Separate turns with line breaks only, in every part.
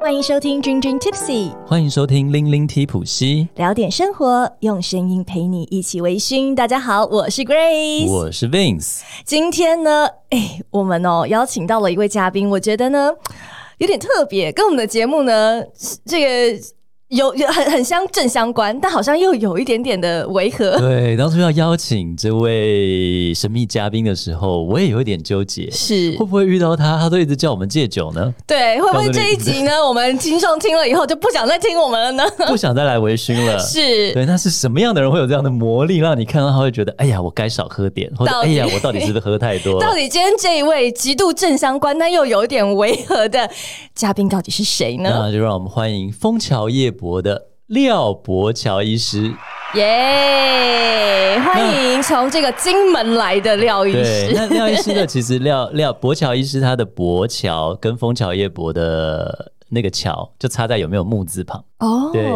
欢迎收听《君君 Tipsy》，
欢迎收听《零零提普西
聊点生活，用声音陪你一起微醺。大家好，我是》，Grace。
我是 Vince。
今天呢，哎，我们哦邀请到了一位嘉宾，我觉得呢有点特别，跟我们的节目呢是这个有有很很相正相关，但好像又有一点点的违和。
对，当初要邀请这位神秘嘉宾的时候，我也有一点纠结，
是
会不会遇到他，他都一直叫我们戒酒 呢？
对，会不会
告诉你
这一集呢？我们听众听了以后就不想再听我们了呢？
不想再来微醺了。
是，
对，那是什么样的人会有这样的魔力，让你看到他会觉得，哎呀，我该少喝点，或者
到
哎
底
呀，我到底是不是喝太多
到
了？
底今天这一位极度正相关但又有一点违和的嘉宾到底是谁呢？
那就让我们欢迎枫桥夜泊的廖伯乔医师。
耶、欢迎从这个金门来的廖医
对，
师。
那廖医 师呢？其实廖廖博桥医师他的博桥跟枫桥夜泊的那个桥就差在有没有木字旁。
哦
对，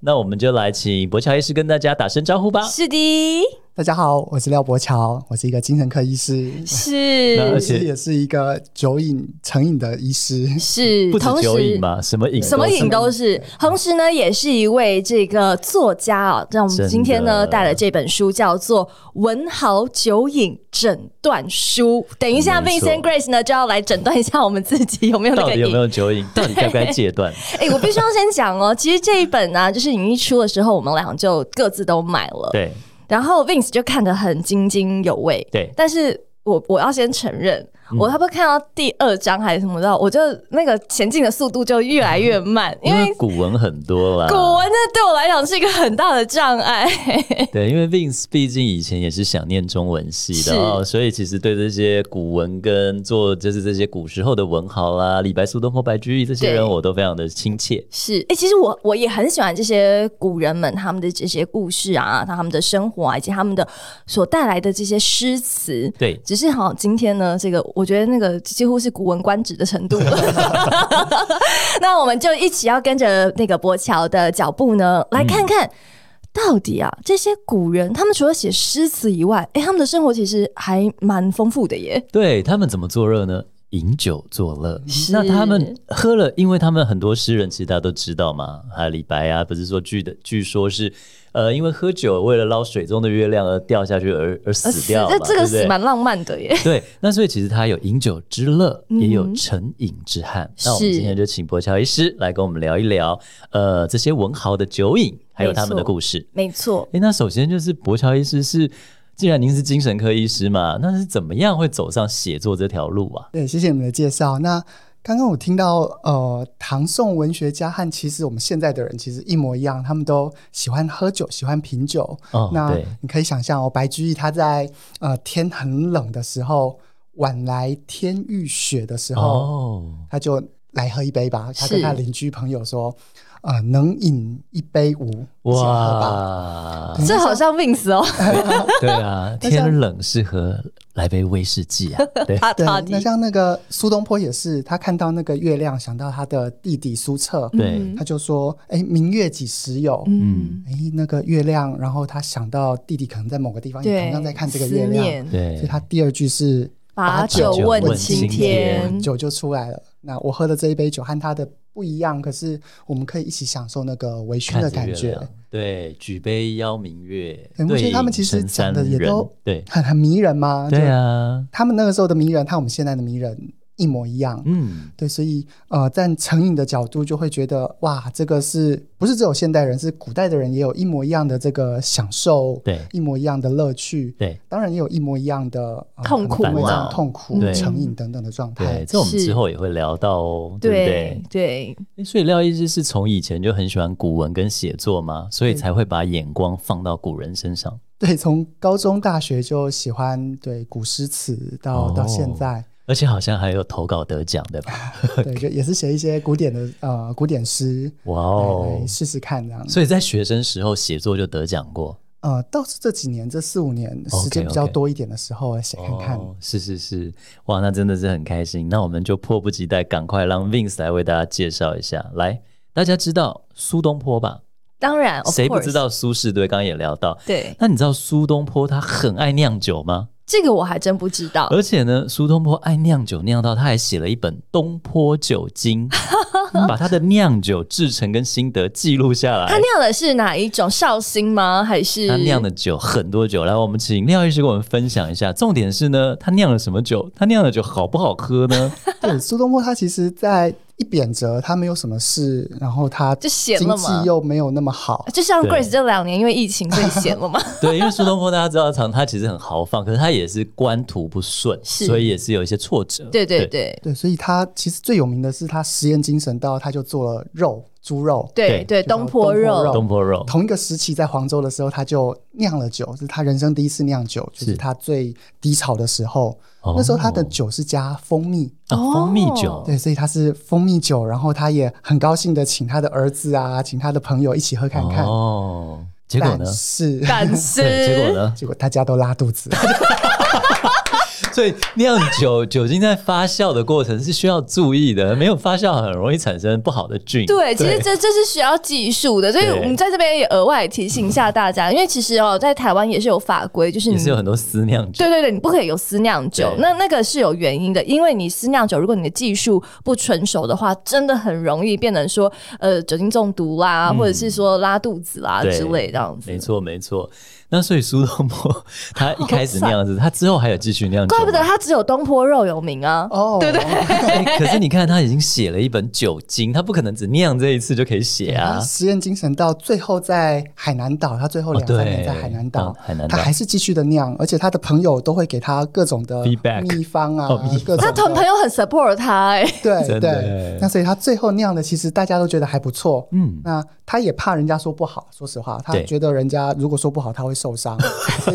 那我们就来请博桥医师跟大家打声招呼吧。
是的，
大家好，我是廖伯乔，我是一个精神科医师，
那
是
而且
其实也是一个酒瘾成瘾的医师。
是，
不止
同
酒
时
瘾嘛，什么瘾？
什么瘾？都是。同时呢，也是一位这个作家啊、让我
真
们
的
今天呢带来这本书叫做《文豪酒瘾诊断书》。等一下
没
，Vince
错
and Grace 呢就要来诊断一下我们自己有没有那
到
个
底有
瘾
没。有 酒瘾？到底该不该戒断？
哎、我必须要先讲哦，其实这一本呢、就是你一出的时候，我们俩就各自都买了。
对，
然后 Vince 就看得很津津有味。
对
但是我我要先承认，我差不多看到第二章还是什么的，我就那个前进的速度就越来越慢，因
因
为
为古文很多啦。
古文那对我来讲是一个很大的障碍。
对，因为 Vince 毕竟以前也是想念中文系的哦，所以其实对这些古文跟做就是这些古时候的文豪啦，李白、苏东坡、白居易这些
对
人，我都非常的亲切。
是，哎、其实我我也很喜欢这些古人们他们的这些故事啊，他们的生活啊，以及他们的所带来的这些诗词。
对，
只是好，今天呢，这个我觉得那个几乎是古文观止的程度 了。那我们就一起要跟着那个博乔的脚步呢，来看看、到底啊，这些古人他们除了写诗词以外，哎、他们的生活其实还蛮丰富的耶。
对他们怎么作乐呢？饮酒作乐
是。
那他们喝了，因为他们很多诗人其实大家都知道嘛，还有李白啊，不是说据的，据说是呃，因为喝酒为了捞水中的月亮而掉下去而
呃
而死掉嘛，
这这个
对
死
不对
蛮浪漫的 耶。
对，那所以其实他有饮酒之乐，
嗯哼
也有成瘾之憾。那我们
是
今天就请博乔医师来跟我们聊一聊，呃，这些文豪的酒瘾，还有
没
他们的
错
故事。
没错，
诶，那首先就是博乔医师是，既然您是精神科医师嘛，那是怎么样会走上写作这条路啊？
对，谢谢你们的介绍。那刚刚我听到，呃，唐宋文学家和其实我们现在的人其实一模一样，他们都喜欢喝酒，喜欢品酒。
哦，
那
对，
你可以想象哦，白居易他在呃天很冷的时候，晚来天欲雪的时候，
哦，
他就来喝一杯吧。他跟
是
他邻居朋友说，呃，能饮一杯无？一起喝吧。
哇，
这好像 Vince 哦，
对啊，
那像
天冷适合来杯威士忌啊， 对，
他
对
他，
那像那个苏东坡也是，他看到那个月亮，想到他的弟弟苏辙，
对
嗯
他就说：“哎，明月几时有？”
嗯，
哎，那个月亮，然后他想到弟弟可能在某个地方也
对，
同样在看这个
思
月亮，
念
对
所以，他第二句是
把酒
酒
问
问
青
青
天
天，
酒就出来了。那我喝的这一杯酒和他的不一样，可是我们可以一起享受那个微醺
看
的
着
感
月
觉，
亮，对，举杯邀明月，
对我觉得他们
影
其实
成
讲
三
的也
人
都
对，
很很迷人嘛。
对
就，
啊，
他们那个时候的迷人和我们现在的迷人一模一样。
嗯，
对，所以呃，站成瘾的角度就会觉得，哇，这个是不是只有现代人，是古代的人也有一模一样的这个享受，
对
一模一样的乐趣，
对
当然也有一模一样的、呃
痛苦
可能会这
烦恼
样痛苦
对、
成瘾等等的状
对，
态。
这我们
是
之后也会聊到哦，对不
对
对
对，
诶？所以廖医师是从以前就很喜欢古文跟写作嘛，所以才会把眼光放到古人身上。
对，从高中、大学就喜欢对古诗词到、
哦
到现在，
而且好像还有投稿得奖，对吧？
对，就也是写一些古典的呃古典诗，
哇
哦
哦，！
试试看这样。
所以在学生时候写作就得奖过，
呃，倒是这几年这四五年时
OK，OK
间比较多一点的时候，写看看。
哦，是是是，哇，那真的是很开心。那我们就迫不及待，赶快让 Vince 来为大家介绍一下。来，大家知道苏东坡吧？
当然，of
谁不
course
知？道苏轼？对，刚刚也聊到。
对，
那你知道苏东坡他很爱酿酒吗？
这个我还真不知道。
而且呢，苏东坡爱酿酒，酿到他还写了一本《东坡酒经》， 把他的酿酒制成跟心得记录下来。
他酿的是哪一种绍兴吗？还是
他酿的酒很多酒，来，我们请廖医师跟我们分享一下。重点是呢，他酿了什么酒？他酿的酒好不好 喝呢？
对，苏东坡他其实，在一贬谪，他没有什么事，然后他
就
经
闲了嘛
济又没有那么好，
就像
对
Grace 这两年因为疫情所以闲了 嘛？
对，因为苏东坡大家知道，常他其实很豪放，可是他也是官途不顺，
是
所以也是有一些挫折。
对对对
对，所以他其实最有名的是他实验精神到他就做了肉，猪肉。
对对，
就叫
东坡
东坡
肉
肉
东坡肉，
同一个时期在黄州的时候，他就酿了酒，是他人生第一次酿酒，就是是他最低潮的时候。
哦
那时候他的酒是加蜂蜜，
啊蜂蜜酒
哦，
对，所以他是蜂蜜酒。然后他也很高兴的请他的儿子啊，请他的朋友一起喝看看。
哦，结果呢
但？是
但
对，结果
是
呢？
结果大家都拉肚子。
所以酿酒酒精在发酵的过程是需要注意的，没有发酵很容易产生不好的菌。
对，其实这这是需要技术的，所以
对
我们在这边也额外提醒一下大家，因为其实哦，在台湾也是有法规，就是
也
你
是有很多私酿酒。
对对对，你不可以有私酿酒，
对
那那个是有原因的，因为你私酿酒，如果你的技术不成熟的话，真的很容易变成说呃酒精中毒啦，或者是说拉肚子啦
对
之类这样子。
嗯没错，没错。那所以苏东坡他一开始那样子，他之后还有继续酿酒吗。
怪不得他只有东坡肉有名啊！
哦，对对
哎可是你看，他已经写了一本酒经，他不可能只酿这一次就可以写啊。
实验精神到最后在海南岛，他最后
哦
两三年
对
在海南岛，
嗯海南岛
他还是继续的酿，而且他的朋友都会给他各种的
Feedback
秘方啊，
哦秘方
各种
他同朋
友
友很 support 他、欸，
对
真的耶
对，那所以他最后酿的其实大家都觉得还不错。
嗯，
那他也怕人家说不好，说实话，他
对
觉得人家如果说不好他会受伤，所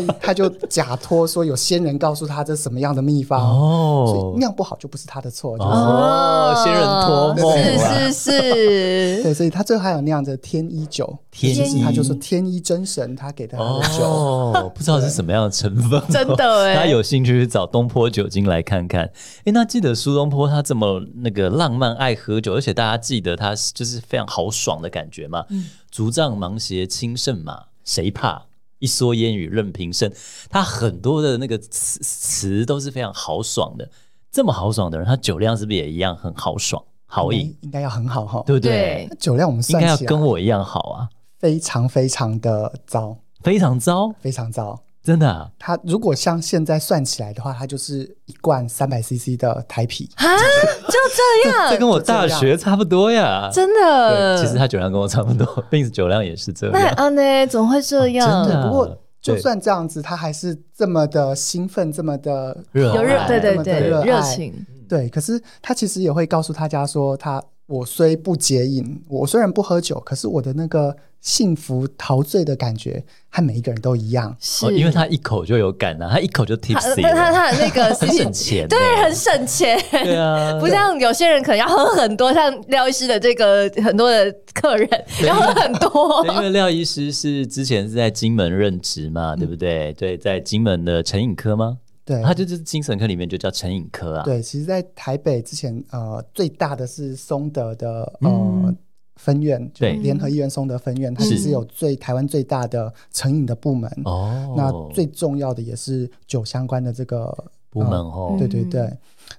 以他就假托说有仙人告诉他这什么样的秘方，所
哦
以，酿不好就不是他的错，就是
哦，仙人托梦啊，
是是 是，
对，所以他最后还有酿着天一酒，
天
就是他
一
就说天一真神，他给他的酒。
哦，不知道是什么样的成分，
真 的哎
大家有兴趣去找东坡酒精来看看。哎，那记得苏东坡他这么那个浪漫爱喝酒，而且大家记得他是就是非常豪爽的感觉嘛。竹杖芒鞋轻胜马，谁怕？一蓑烟雨任平生。他很多的那个词词都是非常豪爽的。这么豪爽的人，他酒量是不是也一样很豪爽豪饮？
应该要很好哈。
对不
对
对？
那酒量我们
应
嗯算
该要
起
跟
来
我一样好啊，
非常非常的糟，
非常糟，
非常糟。
真的、啊。
它如果像现在算起来的话，它就是一罐三百 CC 的台啤。
啊，就这样，
这跟我大学差不多呀。
真
对，
的，
其实他酒量跟我差不 多 b i n 酒量也是这
那
样。
啊呢，怎么会这样？
真的啊
不过就
对
算这样子，它还是这么的兴奋，这么的
热啊哦
有
爱
热，对对对
这么，的热
热
爱
情，
对。可是他其实也会告诉大家说，他我虽不解饮，我虽然不喝酒，可是我的那个幸福陶醉的感觉和每一个人都一样。
是
哦，因为他一口就有感啊，他一口就
他
tipsy
但他
了，
他的那个
很啊省钱呢，
对，很省钱，
对啊，
不像有些人可能要喝很多，像廖医师的这个很多的客人要喝很多
对。因为廖医师是之前是在金门任职嘛，对不对？对，在金门的成瘾科吗？
对，
啊他就是精神科里面就叫成瘾科啊。
对，其实，在台北之前，呃，最大的是松德的呃、
嗯
分院，就
对
联合医院松德分院，它
是
其实有最台湾最大的成瘾的部门。
哦，
那最重要的也是酒相关的这个
部门哦
嗯，
对对对。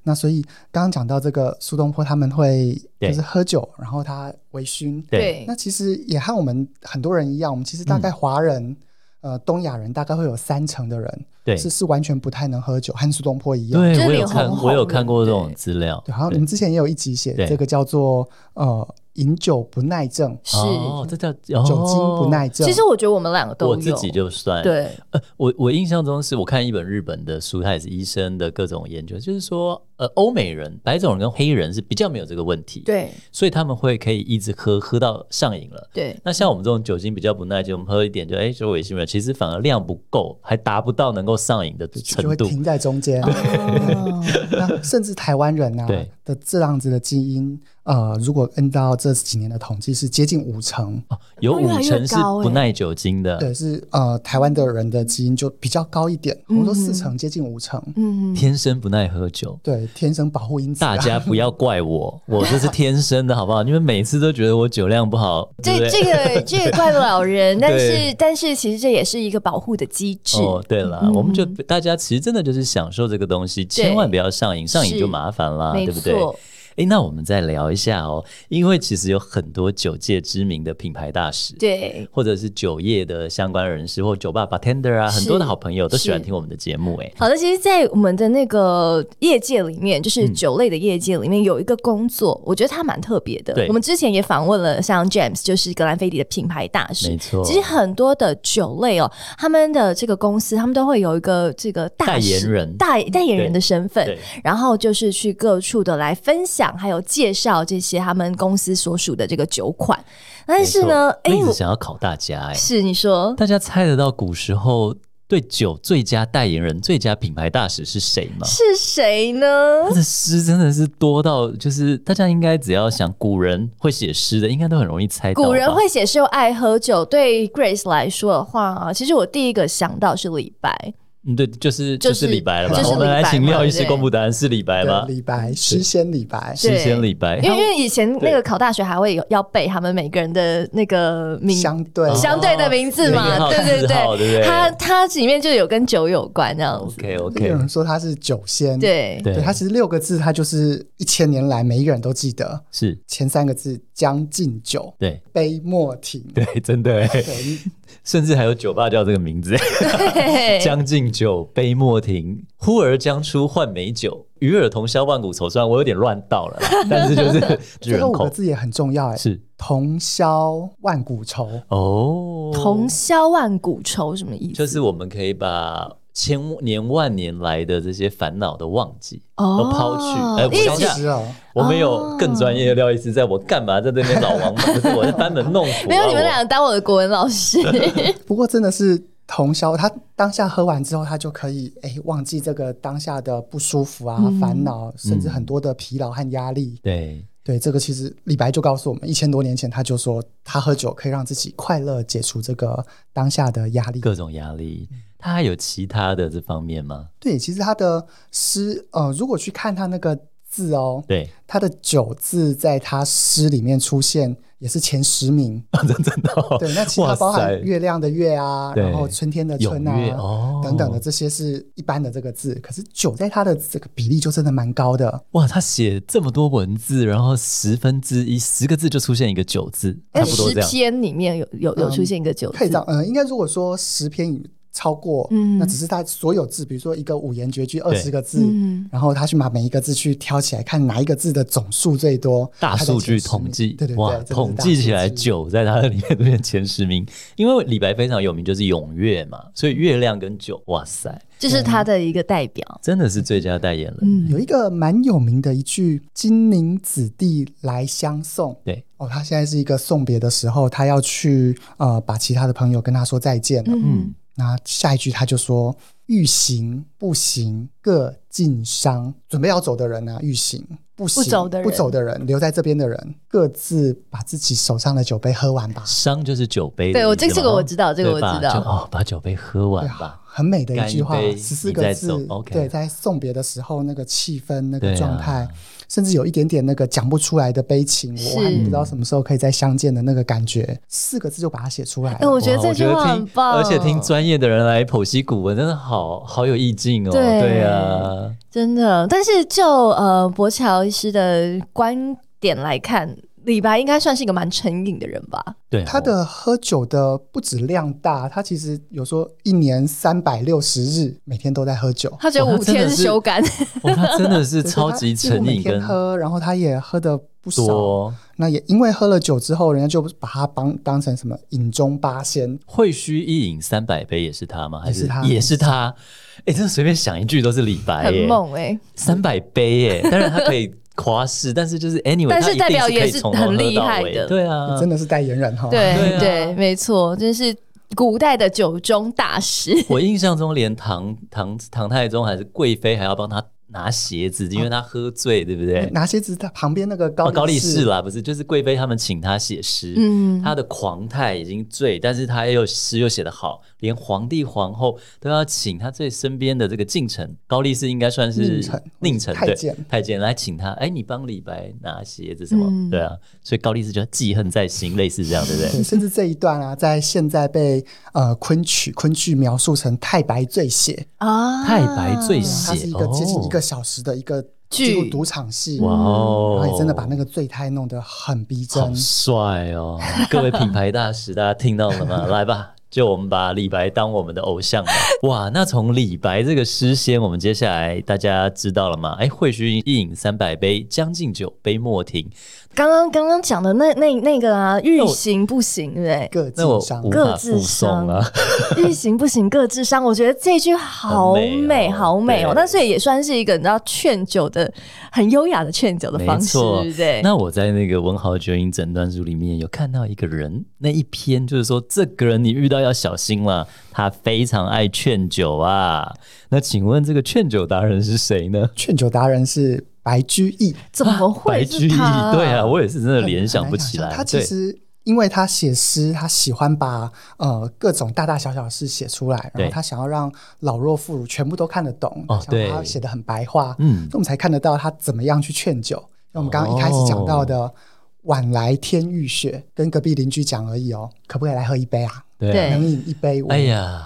那所以刚刚讲到这个苏东坡他们会
对
就是喝酒，然后他微醺。
对
那其实也和我们很多人一样，我们其实大
嗯
概华人、呃东亚人大概会有三成的人
对
是是完全不太能喝酒，和苏东坡一
就
样。
对，
是
我有
脸
看
红，红
我有
的
看过这种
对
资料。
对，好，你们之前也有一集写
对
这个叫做呃饮酒不耐症、
是，
哦，这叫
酒精不。
哦
耐症。
其实我觉得我们两个都有，
我自己就算
对，
呃，我我印象中是我看一本日本的书，它也是医生的各种研究，就是说，呃，欧美人、白种人跟黑人是比较没有这个问题，，
对
所以他们会可以一直喝，喝到上瘾了。
对，
那像我们这种酒精比较不耐久，我们喝一点就哎就微醺了，其实反而量不够，还达不到能够上瘾的
就
程
会
度。
停在中间，
哦
那甚至台湾人啊
对，
的这样子的基因，呃，如果按照这几年的统计，是接近五成，
哦，有
哦越来
五
越
成是
高欸
不耐酒精的。
对，是呃台湾的人的基因就比较高一点，我们说四成接近五成，
嗯，
天生不耐喝酒。
对，天生保护因子、啊。
大家不要怪我，我这是天生的，好不好？你们每次都觉得我酒量不好，对
这
不
这
对？
个这个怪不了人，但是
对
但是其实这也是一个保护的机制。
哦，对了，
嗯
我们就大家其实真的就是享受这个东西，千万不要上瘾，上瘾就麻烦啦，
没
啊对不对？
错，
诶，那我们再聊一下哦，因为其实有很多酒界知名的品牌大使，
对，
或者是酒业的相关人士，或酒吧 bartender 啊，
是
很多的好朋友都喜欢
是
听我们的节目，诶，
好的，其实，在我们的那个业界里面，就是
嗯
酒类的业界里面，有一个工作，我觉得它蛮特别的
对。
我们之前也访问了像 James，就是格兰菲迪的品牌大
没
使。
错，
其实很多的酒类哦，他们的这个公司，他们都会有一个这个大
代言
使
人
代代言人
对
的身份，
对
然后就是去各处的来分享，还有介绍这些他们公司所属的这个酒款。但是呢，
哎，
哎，
我一直
我
想要考大家，诶。
是你说
大家猜得到古时候对酒最佳代言人、最佳品牌大使是谁吗？
是谁呢
他？的诗真的是多到，就是大家应该只要想古人会写诗的，应该都很容易猜到吧。
古人会写诗又爱喝酒，对 Grace 来说的话啊，其实我第一个想到是李白，
嗯，对，就是
就
就是是李白了吧？
就是
我
李
们
白
来
嘛
请廖医师
对
公布答案是李白吗
对？李白，诗仙李白，
对
诗仙李白，
因为
哎他
因为以前那
对
个考大学还会有要背他们每个人的那个名
相对
哦
相对的名字
名
嘛，
号
对对
字号哦对不对
它它里面就有跟酒有关这样子，
OK
有
OK，
人说他是酒仙，
对
对
对，他其实六个字，他就是一千年来每一个人都记得。
是，
前三个字“将进酒
对”，
杯莫停。
对，真的欸，
对，
甚至还有酒吧叫这个名字，
对
将进酒，杯莫停，呼儿将出换美酒，与尔同销万古愁。虽然我有点乱倒 了，但是就是就
这
人
个五个
口
字也很重要哎，
是
“同销万古愁
哦，
同销万古愁什么意思？
就是我们可以把千年万年来的这些烦恼都忘记，
哦
都抛去。哎，”，
一
我
直
想”
知
想，
哦，
我没有更专业的廖医师，在我干嘛在这边老王八？就是我在班门弄斧、啊。
没有你们
我
俩当我的国文老师，
哦
不过真的是同销，他当下喝完之后，他就可以哎忘记这个当下的不舒服啊、
嗯
烦恼，甚至很多的疲劳和压力。
对，
对，这个其实李白就告诉我们，一千多年前他就说，他喝酒可以让自己快乐，解除这个当下的压力。
各种压力。他还有其他的这方面吗？
对，其实他的诗，呃，如果去看他那个字哦，
对，
他的酒字在他诗里面出现，也是前十名。
真真的、哦。
对，那其他
哇
包含
塞
月亮的月啊，
对
然后春天的春
踊跃
啊、
哦
等等的这些是一般的这个字，可是酒在他的这个比例就真的蛮高的。
哇，他写这么多文字，然后十分之一十个字就出现一个九字，差不多
哎十
这样。
篇里面有有有出现一个九
可以
字
这样，嗯、应该如果说十篇以超过，
嗯
那只是他所有字，比如说一个五言绝句二
对
十个字，
嗯
然后他去把每一个字去挑起来，看哪一个字的总数最多。
大
他在
数据
前十
统
名
计，
对对
哇，
对，
统计起来
酒
酒在它的里面出现前十名，因为李白非常有名，就是踊跃嘛，所以月亮跟酒，哇塞，
这是他的一个代表。
真的是最佳代言人。
嗯，
有一个蛮有名的一句“金陵子弟来相送”，
对，
哦，他现在是一个送别的时候，他要去呃把其他的朋友跟他说再见了。
嗯，
那下一句他就说：“欲行不行，各尽商。”准备要走的人啊，欲行不行
不走的人
不走的人，留在这边的人，各自把自己手上的酒杯喝完吧。
商就是酒杯的意
对
思嘛，
我这这个我知道
哦
这个我
对吧
知道
就哦，把酒杯喝完
对啊
吧，，
很美的一句话
干一杯，
十四
你再
个字
走。，OK
对，在送别的时候，那个气氛、那
对
个
啊
状态，甚至有一点点那个讲不出来的悲情，
是
我还不知道什么时候可以再相见的那个感觉，四个字就把它写出来
哎，
了。
我觉得
哇
这句话很棒，
而且听专业的人来剖析古文，真的好好有意境哦。
对
对啊，
真的。但是就呃博乔医师的观点来看，李白应该算是一个蛮成瘾的人吧？
对哦
他的喝酒的不止量大，他其实有说一年三百六十日，每天都在喝酒。
他只有
哇
五
哦他真的
天
是
休肝，
哇他真的 是
对
超级
所以
成
他几乎每
瘾
天
跟
喝，然后他也喝的不少。
多。
那也因为喝了酒之后，人家就把他当当成什么饮中八仙，
会须一饮三百杯也是他吗？还
也是他
也是他？哎，真的随便想一句都是李白
很
耶，
猛哎。
三百杯耶！当然他可以夸饰，但是就是 anyway，
但是
他一定
代表也
可以
是
从头喝
很厉
到
害
尾
的
对啊，
真的是代言人哈。
对
对啊
对，没错，真是古代的酒中大师。
我印象中，连唐唐唐太宗还是贵妃还要帮他拿鞋子，因为他喝醉，对不对？
拿鞋子在旁边那个高
哦，高力士
士，
啦，不是，就是贵妃他们请他写诗，
嗯
他的狂态已经醉，但是他又诗又写得好，连皇帝皇后都要请他最身边的这个近臣高力士，应该算是
佞臣
佞臣
太
对
监
太监来请他，哎，你帮李白拿鞋子什么？
嗯
对啊，所以高力士就记恨在心，类似这样，对不 对？
对，甚至这一段啊，在现在被呃昆曲昆剧描述成太白醉写，
啊
太白醉
嗯
它是一个
哦
接近一个小时的一个
剧
几乎赌场戏，
哇哦，
然后也真的把那个醉态弄得很逼
好
真。
帅哦！各位品牌大使，大家听到了吗？来吧，就我们把李白当我们的偶像吧。哇，那从李白这个诗仙，我们接下来大家知道了吗？哎，会须一饮三百杯，将进酒，杯莫停。
刚刚刚刚讲的那那那个啊，欲行不行， 对
各
那我
自上
无
各
法
自
附送啊了。
不对？欲行不行，各智商。我觉得这句好
很美
美，
哦
好美哦。
对
那所以也算是一个你知道劝酒的很优雅的劝酒的
没
方式，
错
对不对？
那我在那个文豪酒饮诊断书里面有看到一个人，那一篇就是说这个人你遇到要小心了，他非常爱劝酒啊。那请问这个劝酒达人是谁呢？
劝酒达人是白居易，
怎么
白
会
居
是
易，
他？
对啊，，我也是真的
很
联想
很难
不起
象
来。
他其
对
实因为他写诗，他喜欢把呃各种大大小小的事写出来，然
对
后他想要让老弱妇孺全部都看得懂，
哦
想把它
对
写的很白话，所
嗯
以，我们才看得到他怎么样去劝酒。那我们刚刚一开始讲到的。晚来天欲雪，跟隔壁邻居讲而已哦，可不可以来喝一杯啊？
对啊。
对
能饮一杯，我
哎呀，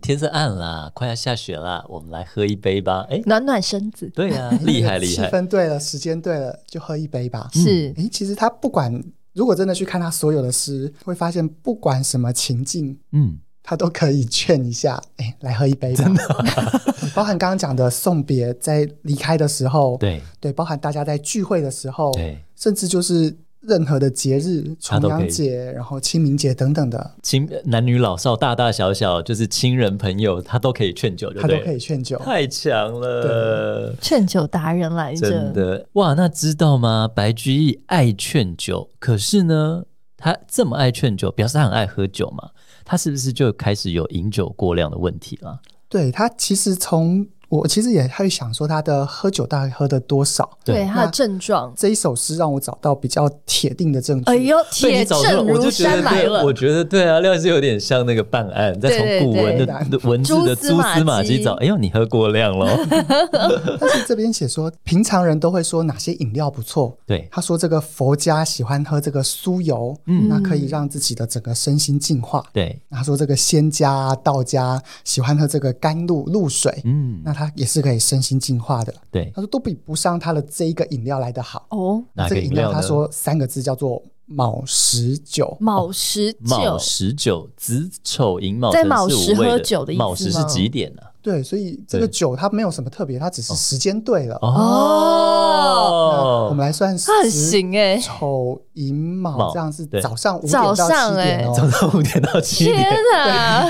天色暗啦，快要下雪啦，我们来喝一杯吧。哎，
暖暖身子，
对呀，
那个
厉害厉
哎气
害。
氛对了，时间对了，就喝一杯吧。
嗯
是
诶，其实他不管，如果真的去看他所有的诗，会发现不管什么情境，
嗯，
他都可以劝一下，哎、来喝一杯吧。真的， 包含刚刚讲的送别，在离开的时候，
对
包含大家在聚会的时候，
对。
甚至就是任何的节日，
他
重
都可以
阳节，然后清明节等等的，
亲男女老少大大小小，就是亲人朋友，他都可以劝酒，就
他都
对了
可以劝酒。
太强了，
劝酒达人来
真
着。
的哇！那知道吗？白居易爱劝酒，可是呢，他这么爱劝酒，表示他很爱喝酒嘛？他是不是就开始有饮酒过量的问题了？
对他，其实从我其实也会想说，他的喝酒到底喝的多少？
对
对
他的
那
症状，
这一首诗让我找到比较铁定的证据。
哎呦，
被
铁
你找出来，
证
我
如
就觉得
山来
对，
了
我。觉得对啊，廖是有点像那个办案，在
对对
从古文的
对
的文字的
蛛丝
蛛
马
丝马迹
迹
找，哎呦，你喝过量 喽？
但是这边写说，平常人都会说哪些饮料不错。
对，
他说这个佛家喜欢喝这个酥油，
嗯
那可以让自己的整个身心净化。
对，
那他说这个仙家啊、道家喜欢喝这个甘露露水，
嗯，
那它也是可以身心净化的。
对，
他说都比不上他的这一个饮料来的好。
哦，
哪
这
个
个
饮
饮
料
料
呢？
他说三个字叫做卯时酒，
卯时酒
卯，时酒，子丑寅卯
在
辰
卯
是
时
午未
喝
的
酒的意
卯
思
时是
吗
几点呢？
对，所以这个
对
酒它没有什么特别，它只是时间对了。那我
哦
们，来算
他很
时
行哎、
丑寅卯，
卯
这样是
对
早上五点
早
到
上哎
七点
早
哦。
上五点到七
天
点，
哪，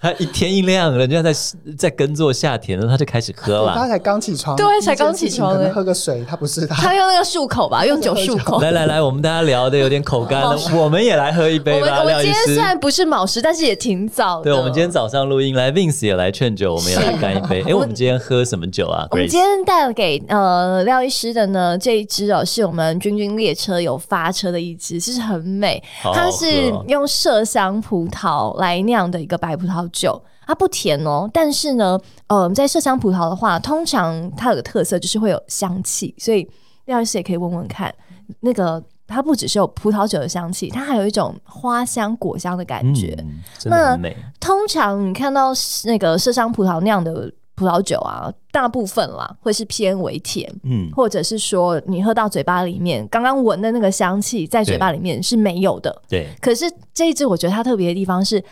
他一天一亮，人家在在耕作下田了，他就开始喝
对他
了。
才刚起床，
对
第一
才
件
刚起
事情
床
可
哎
能喝个水，他不是他
他用那个漱口 吧，用酒漱口。
来来来，我们大家聊的有点口干了，我们也来喝一
哦我
杯
们
吧，
我
廖
们
医
今天
师
虽。然不是卯时，但是也挺早的。
对，我们今天早上录音来，Vince 也来劝酒，我们也来干一杯。哎，我们今天喝什么酒啊
我们今
？Grace，
天带给呃廖医师的呢这一支哦，是我们君君列车有发车的一支，其实很美。
好好
它
喝
是
哦
用麝香葡萄来酿的一个白葡萄酒，它不甜哦，但是呢，呃，在麝香葡萄的话，通常它有个特色就是会有香气，所以廖医师也可以问问看，那个它不只是有葡萄酒的香气，它还有一种花香果香的感觉。
嗯，真的很美。
通常你看到那个麝香葡萄酿的葡萄酒啊，大部分啦会是偏微甜，
嗯，
或者是说你喝到嘴巴里面，刚刚闻的那个香气在嘴巴里面是没有的。
对，
可是这一支我觉得它特别的地方是。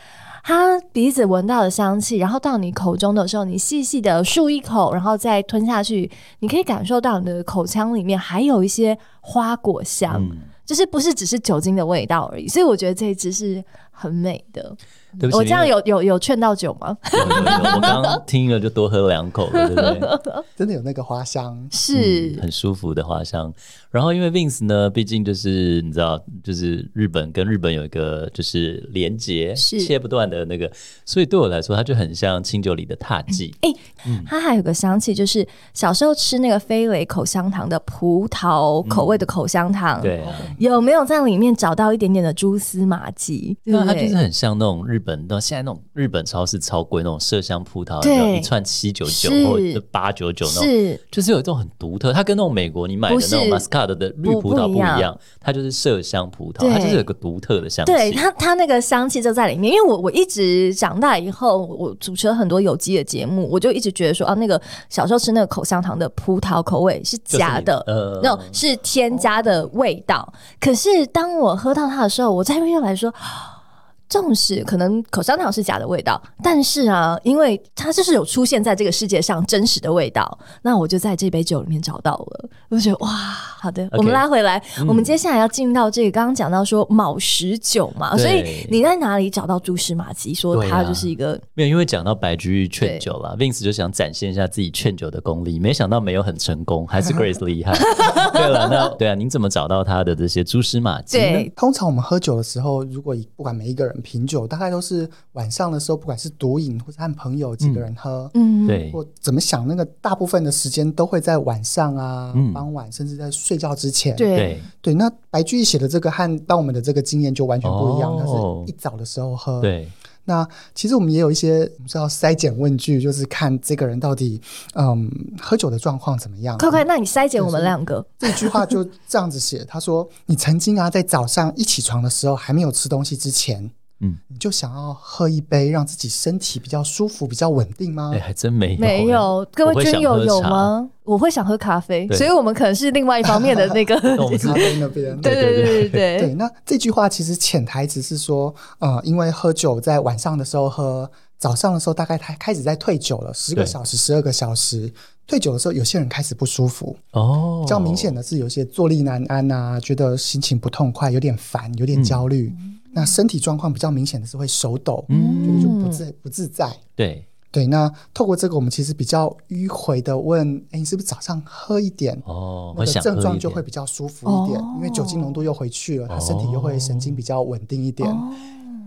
它鼻子闻到的香气，然后到你口中的时候，你细细的漱一口，然后再吞下去，你可以感受到你的口腔里面还有一些花果香，
嗯，
就是不是只是酒精的味道而已。所以我觉得这一支是很美的。
对不起，
我这样
因为
有有有劝到酒 吗？
有有有我刚刚听了就多喝两口 了，对不对？
真的有那个花香。
是
嗯、，很舒服的花香。然后因为 Vince 呢，毕竟就是你知道，就是日本跟日本有一个就是连接，
是
切不断的那个，所以对我来说，它就很像清酒里
嗯
的踏迹。
哎
嗯
它还有个香气，就是小时候吃那个飞雷口香糖的葡萄口味的口香糖，
对啊，
有没有在里面找到一点点的蛛丝马迹？对
那
不
它就
对
是？很像那种日本的，现在那种日本超市超贵那种麝香葡萄，
对
有没有一串七九九
是
或者八九九那种。
是
就是有一种很独特，它跟那种美国你买的
不
那
是
种 Muscat 的绿
不
葡萄
不
不
一
一
样
样，它就是麝香葡萄，
对
它就是有个独特的香气。
对它，它那个香气就在里面。因为我我一直长大以后，我主持了很多有机的节目，我就一直觉得说，啊，那个小时候吃那个口香糖的葡萄口味是
就是你
假的，
呃
那种是添加的味道。可是当我喝到它的时候，我再用来说。 纵使可能口香糖是假的味道，但是啊，因为它就是有出现在这个世界上真实的味道，那我就在这杯酒里面找到了。我就觉得哇，好的我们拉回来，
嗯
我们接下来要进到这个刚刚讲到说卯十酒嘛，
对
所以你在哪里找到蛛丝马迹？说
对啊
它就是一个
没有，因为讲到白居易劝
对
酒啦 v i n c e 就想展现一下自己劝酒的功力，没想到没有很成 功，还是 Grace 厉害。对了，那对啊，您怎么找到他的这些蛛丝马迹呢？
对
通常我们喝酒的时候，如果以不管每一个人品酒，大概都是晚上的时候，不管是独饮或者和朋友几个人喝，
嗯，
对
或怎么想，那个大部分的时间都会在晚上啊、
嗯
傍晚，甚至在睡觉之前。
对
对
对，那白居易写的这个和当我们的这个经验就完全不一样，
哦
它是一早的时候喝。，
对，
那其实我们也有一些我们是要筛检问句，就是看这个人到底嗯喝酒的状况怎么样。
快快，那你筛减我们两个，
这句话就这样子写，他说：“你曾经啊，在早上一起床的时候，还没有吃东西之前，
嗯
嗯，你就想要喝一杯，让自己身体比较舒服、比较稳定吗？”
哎，还真没有，
哦没有，各
我
位
会
军
想
友
喝
有
茶
吗？我会想喝咖啡，
对
所以我们可能是另外一方面的 那个。
那我们是
咖啡那边，
对对对对
对，
对，
那这句话其实潜台词是说，呃，因为喝酒在晚上的时候喝，早上的时候大概他开始在退酒了，十
对
个小时、十二个小时。退酒的时候，有些人开始不舒服，
哦，
比较明显的是有些坐立难安啊，觉得心情不痛快，有点烦，有
嗯
点焦虑。那身体状况比较明显的是会手抖，
嗯
就不自不自在。
对
对，那透过这个，我们其实比较迂回的问，哎，你是不是早上喝一点？
哦，
那
会
个
想
症
喝
状
一
就会
点，
比较舒服一点，
哦
因为酒精浓度又回去了，他身体又会神
哦
经比较稳定一点。
哦，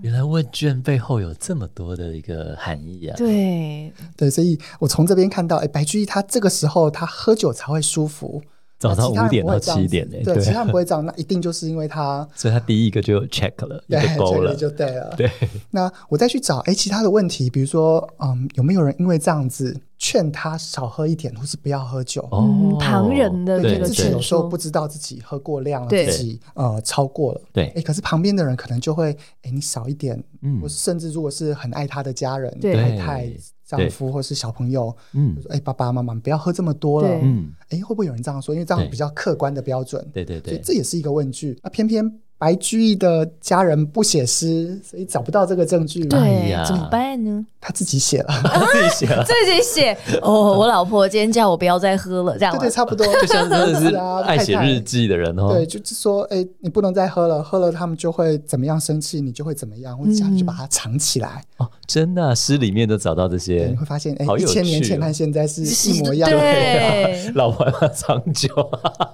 原来问卷背后有这么多的一个含义啊！
对，
对，所以我从这边看到，哎，白居易他这个时候他喝酒才会舒服，
早上
其他人
五点
不会
到
这样
七
子
点呢，欸哎
对，其他
对，
人 不会这样，那一定就是因为他
所以他第一个就有 check 了，就
对
被勾
这
了
个，就对了。
对，
那我再去找，哎，其他的问题，比如说，嗯，有没有人因为这样子劝他少喝一点，或是不要喝酒？
哦
嗯，旁人的
对
这个
自
对
己
劝
有时候
说
不知道自己喝过量了，
对
自己呃超过了，
对
哎，可是旁边的人可能就会，哎，你少一点，
嗯
或是甚至如果是很爱他的家人、
对
太太
对、
丈夫或是小朋友，
嗯
就说，哎，爸爸妈妈你不要喝这么多了
对，
嗯，
哎，会不会有人这样说？因为这样
对
比较客观的标准，
对对
所以
对，
这也是一个问句。那偏偏白居易的家人不写诗，所以找不到这个证据，
哎
对
呀，
怎么办 呢？
他自己写了。
自己写了。
自己写哦，我老婆今天叫我不要再喝了，这样
对
吗
对，？差不多，
就像真 的是
啊
爱写日。
太太
记的人哦
对，，就是说，哎、你不能再喝了，喝了他们就会怎么样生气，你就会怎么样，或者家
嗯
里就把它藏起来。
哦，真的啊诗里面都找到这
对，
些
你会，发现，哎、
好
一
有
千年
趣
前
哦
和现在是一模一样的。
对，
老婆要啊长久，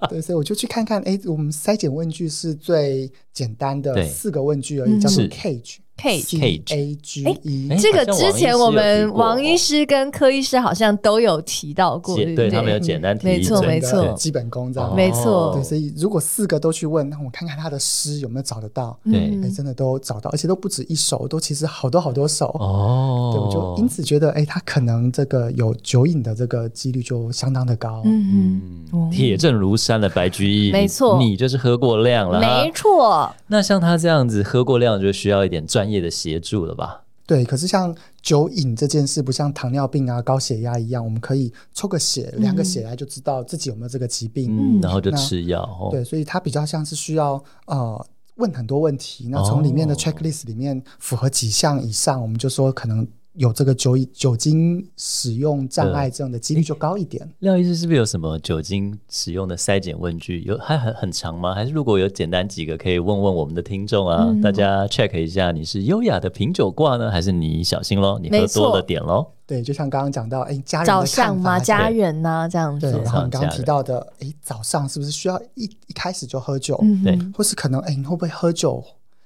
对，所以我就去看看，哎、我们筛检问句是最简单的
对
四个问句而已，
嗯
叫做
是
cage
Cage
C A G E，、
哎
这个
好像
之前我
王医师有
们
提过
王医师跟柯医师好像都有提到过，
解
对不
对他们有简单提
没错
一整
没
个
错
基本功这样。
哦
没错
对，所以如果四个都去问，那我看看他的诗有没有找得到。
对
嗯
哎、真的都找到，而且都不止一首，都其实好多好多首。
哦，
对，我就因此觉得，哎、他可能这个有酒瘾的这个几率就相当的高。
嗯
嗯铁证如山的白居易，
没错
你就是喝过量了
哼，
啊
没。错，
那像他这样子喝过量，就需要一点专业的协助了吧？
对，可是像酒瘾这件事，不像糖尿病啊、高血压一样，我们可以抽个血、量个血压就知道自己有没有这个疾病。
嗯，然后就
那
吃药哦。
对，所以它比较像是需要呃问很多问题，那从里面的
哦
checklist 里面符合几项以上，我们就说可能有这个酒瘾酒精使用障碍症的几率就高一点。
廖医师是不是有什么酒精使用的筛检问句？有还很很长吗？还是如果有简单几个可以问问我们的听众啊，
嗯
大家 check 一下，你是优雅的品酒挂呢，还是你小心喽，你喝
没错
多了点喽？
对，就像刚刚讲到，哎，家人的
早
看
上嘛，
法
家人呐、这样
对，
子
早，
然后
上
你刚
家
刚提
人
到的，哎，早上是不是需要一一开始就喝酒？
嗯
对
哼，
或是可能哎、诶你会不会喝酒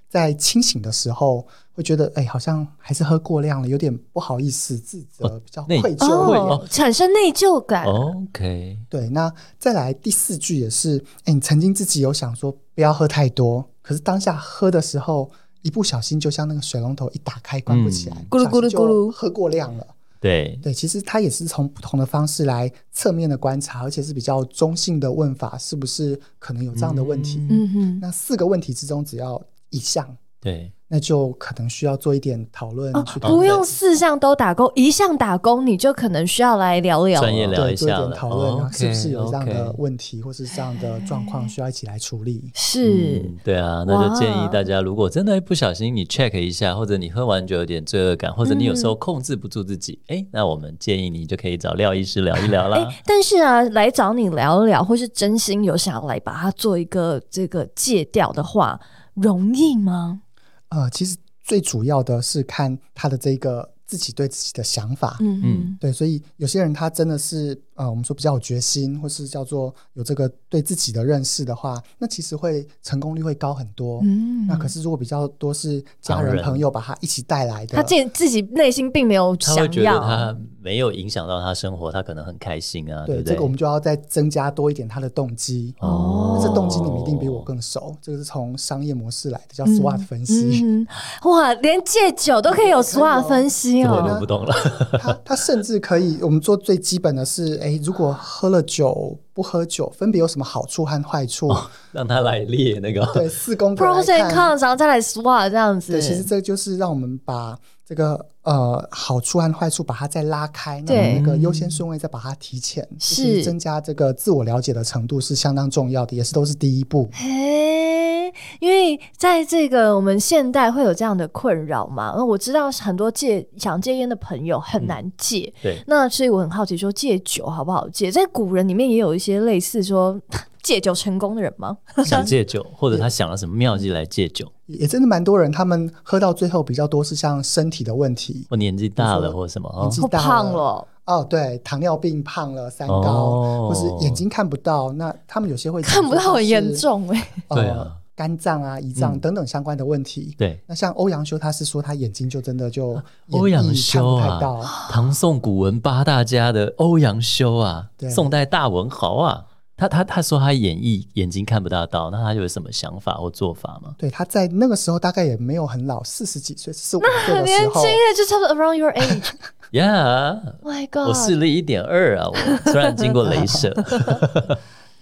在清醒的时候会觉得哎、诶好像还是喝过量了，有点不好意思、自责，比较
哦内
愧疚一点。
哦，产生内疚
哎
感，
哦 OK，
对，那再来第四句也是，哎、你曾经自己有想说不要喝太多，可是当下喝的时候，一不小心就像那个水龙头一打开关不起来
嗯，
咕噜咕噜
不小心就
咕噜
喝过量了。
对，
对，其实它也是从不同的方式来侧面的观察，而且是比较中性的问法，是不是可能有这样的问题？
嗯
嗯哼，
那四个问题之中，只要一项
对，
那就可能需要做一点讨论
哦，
去讨论
不用四项都打勾，一项打勾，你就可能需要来聊聊了，
专业聊
对
一
做一
下
点
了
讨论，然后是不是有这样的
OK，OK
问题或是这样的状况需要一起来处理？
是。
嗯对啊，那就建议
哇
大家，如果真的不小心你 check 一下，或者你喝完酒有点罪恶感，或者你有时候
嗯
控制不住自己，哎、那我们建议你就可以找廖医师聊一聊啦。
哎，但是啊，来找你聊一聊，或是真心有想要来把它做一个这个戒掉的话，容易吗？
呃，其实最主要的是看他的这个自己对自己的想法。
嗯
嗯
嗯，
对，所以有些人他真的是呃，我们说比较有决心，或是叫做有这个对自己的认识的话，那其实会成功率会高很多。
嗯
那可是如果比较多是家
当
人
然
朋友把他一起带来的，
他自己自己内心并没有
他会
想
觉得
要，
他没有影响到他生活，他可能很开心啊，对
对
不
这
对？
个我们就要再增加多一点他的动机。
哦
但是动机你们一定比我更熟，这个是从商业模式来的，叫 SWOT 分析。
嗯哼，哇，连戒酒都可以有 SWOT 分析
这
哦
我，
啊
就不懂了。
它它甚至可以，我们做最基本的是，哎，如果喝了酒不喝酒，分别有什么好处和坏处？
让他来列那个，
对，四宫格
pros
来
and
看。
cons，然后再来 SWOT 这样子。
对，其实这就是让我们把这个呃好处和坏处把它再拉开，那
对嗯
么那个优先顺位再把它提前，
是
其实增加这个自我了解的程度是相当重要的，也是都是第一步。
诶，因为在这个我们现代会有这样的困扰嘛，嗯那我知道很多戒想戒烟的朋友
嗯
很难戒，
对，
那所以我很好奇说戒酒好不好戒？在古人里面也有一些类似说 戒酒成功的人吗？
想戒酒，或者他想了什么妙计来戒酒，
也真的蛮多人，他们喝到最后比较多是像身体的问题，
或年纪大了或什么哦
年纪
或
大
胖了，
哦，对，糖尿病、胖了、三高，
哦
或是眼睛看不到，那他们有些 会
看不到很严，重哎、
呃、
对啊
肝脏啊、胰脏
嗯
等等相关的问题。
对，
那像欧阳修，他是说他眼睛就真的就
欧
眼
阳
翳
修
看不太到，
啊，唐宋古文八大家的欧阳修啊
对，
宋代大文豪啊，他他他说他演绎眼睛看不大到，那他有什么想法或做法吗？
对，他在那个时候大概也没有很老，四十几岁、四十五岁
很
的
年
时
轻
候，
哎，就差不多 around your age。，Oh
Yeah，
My God，
我视力一点二 啊，我虽然经过镭射，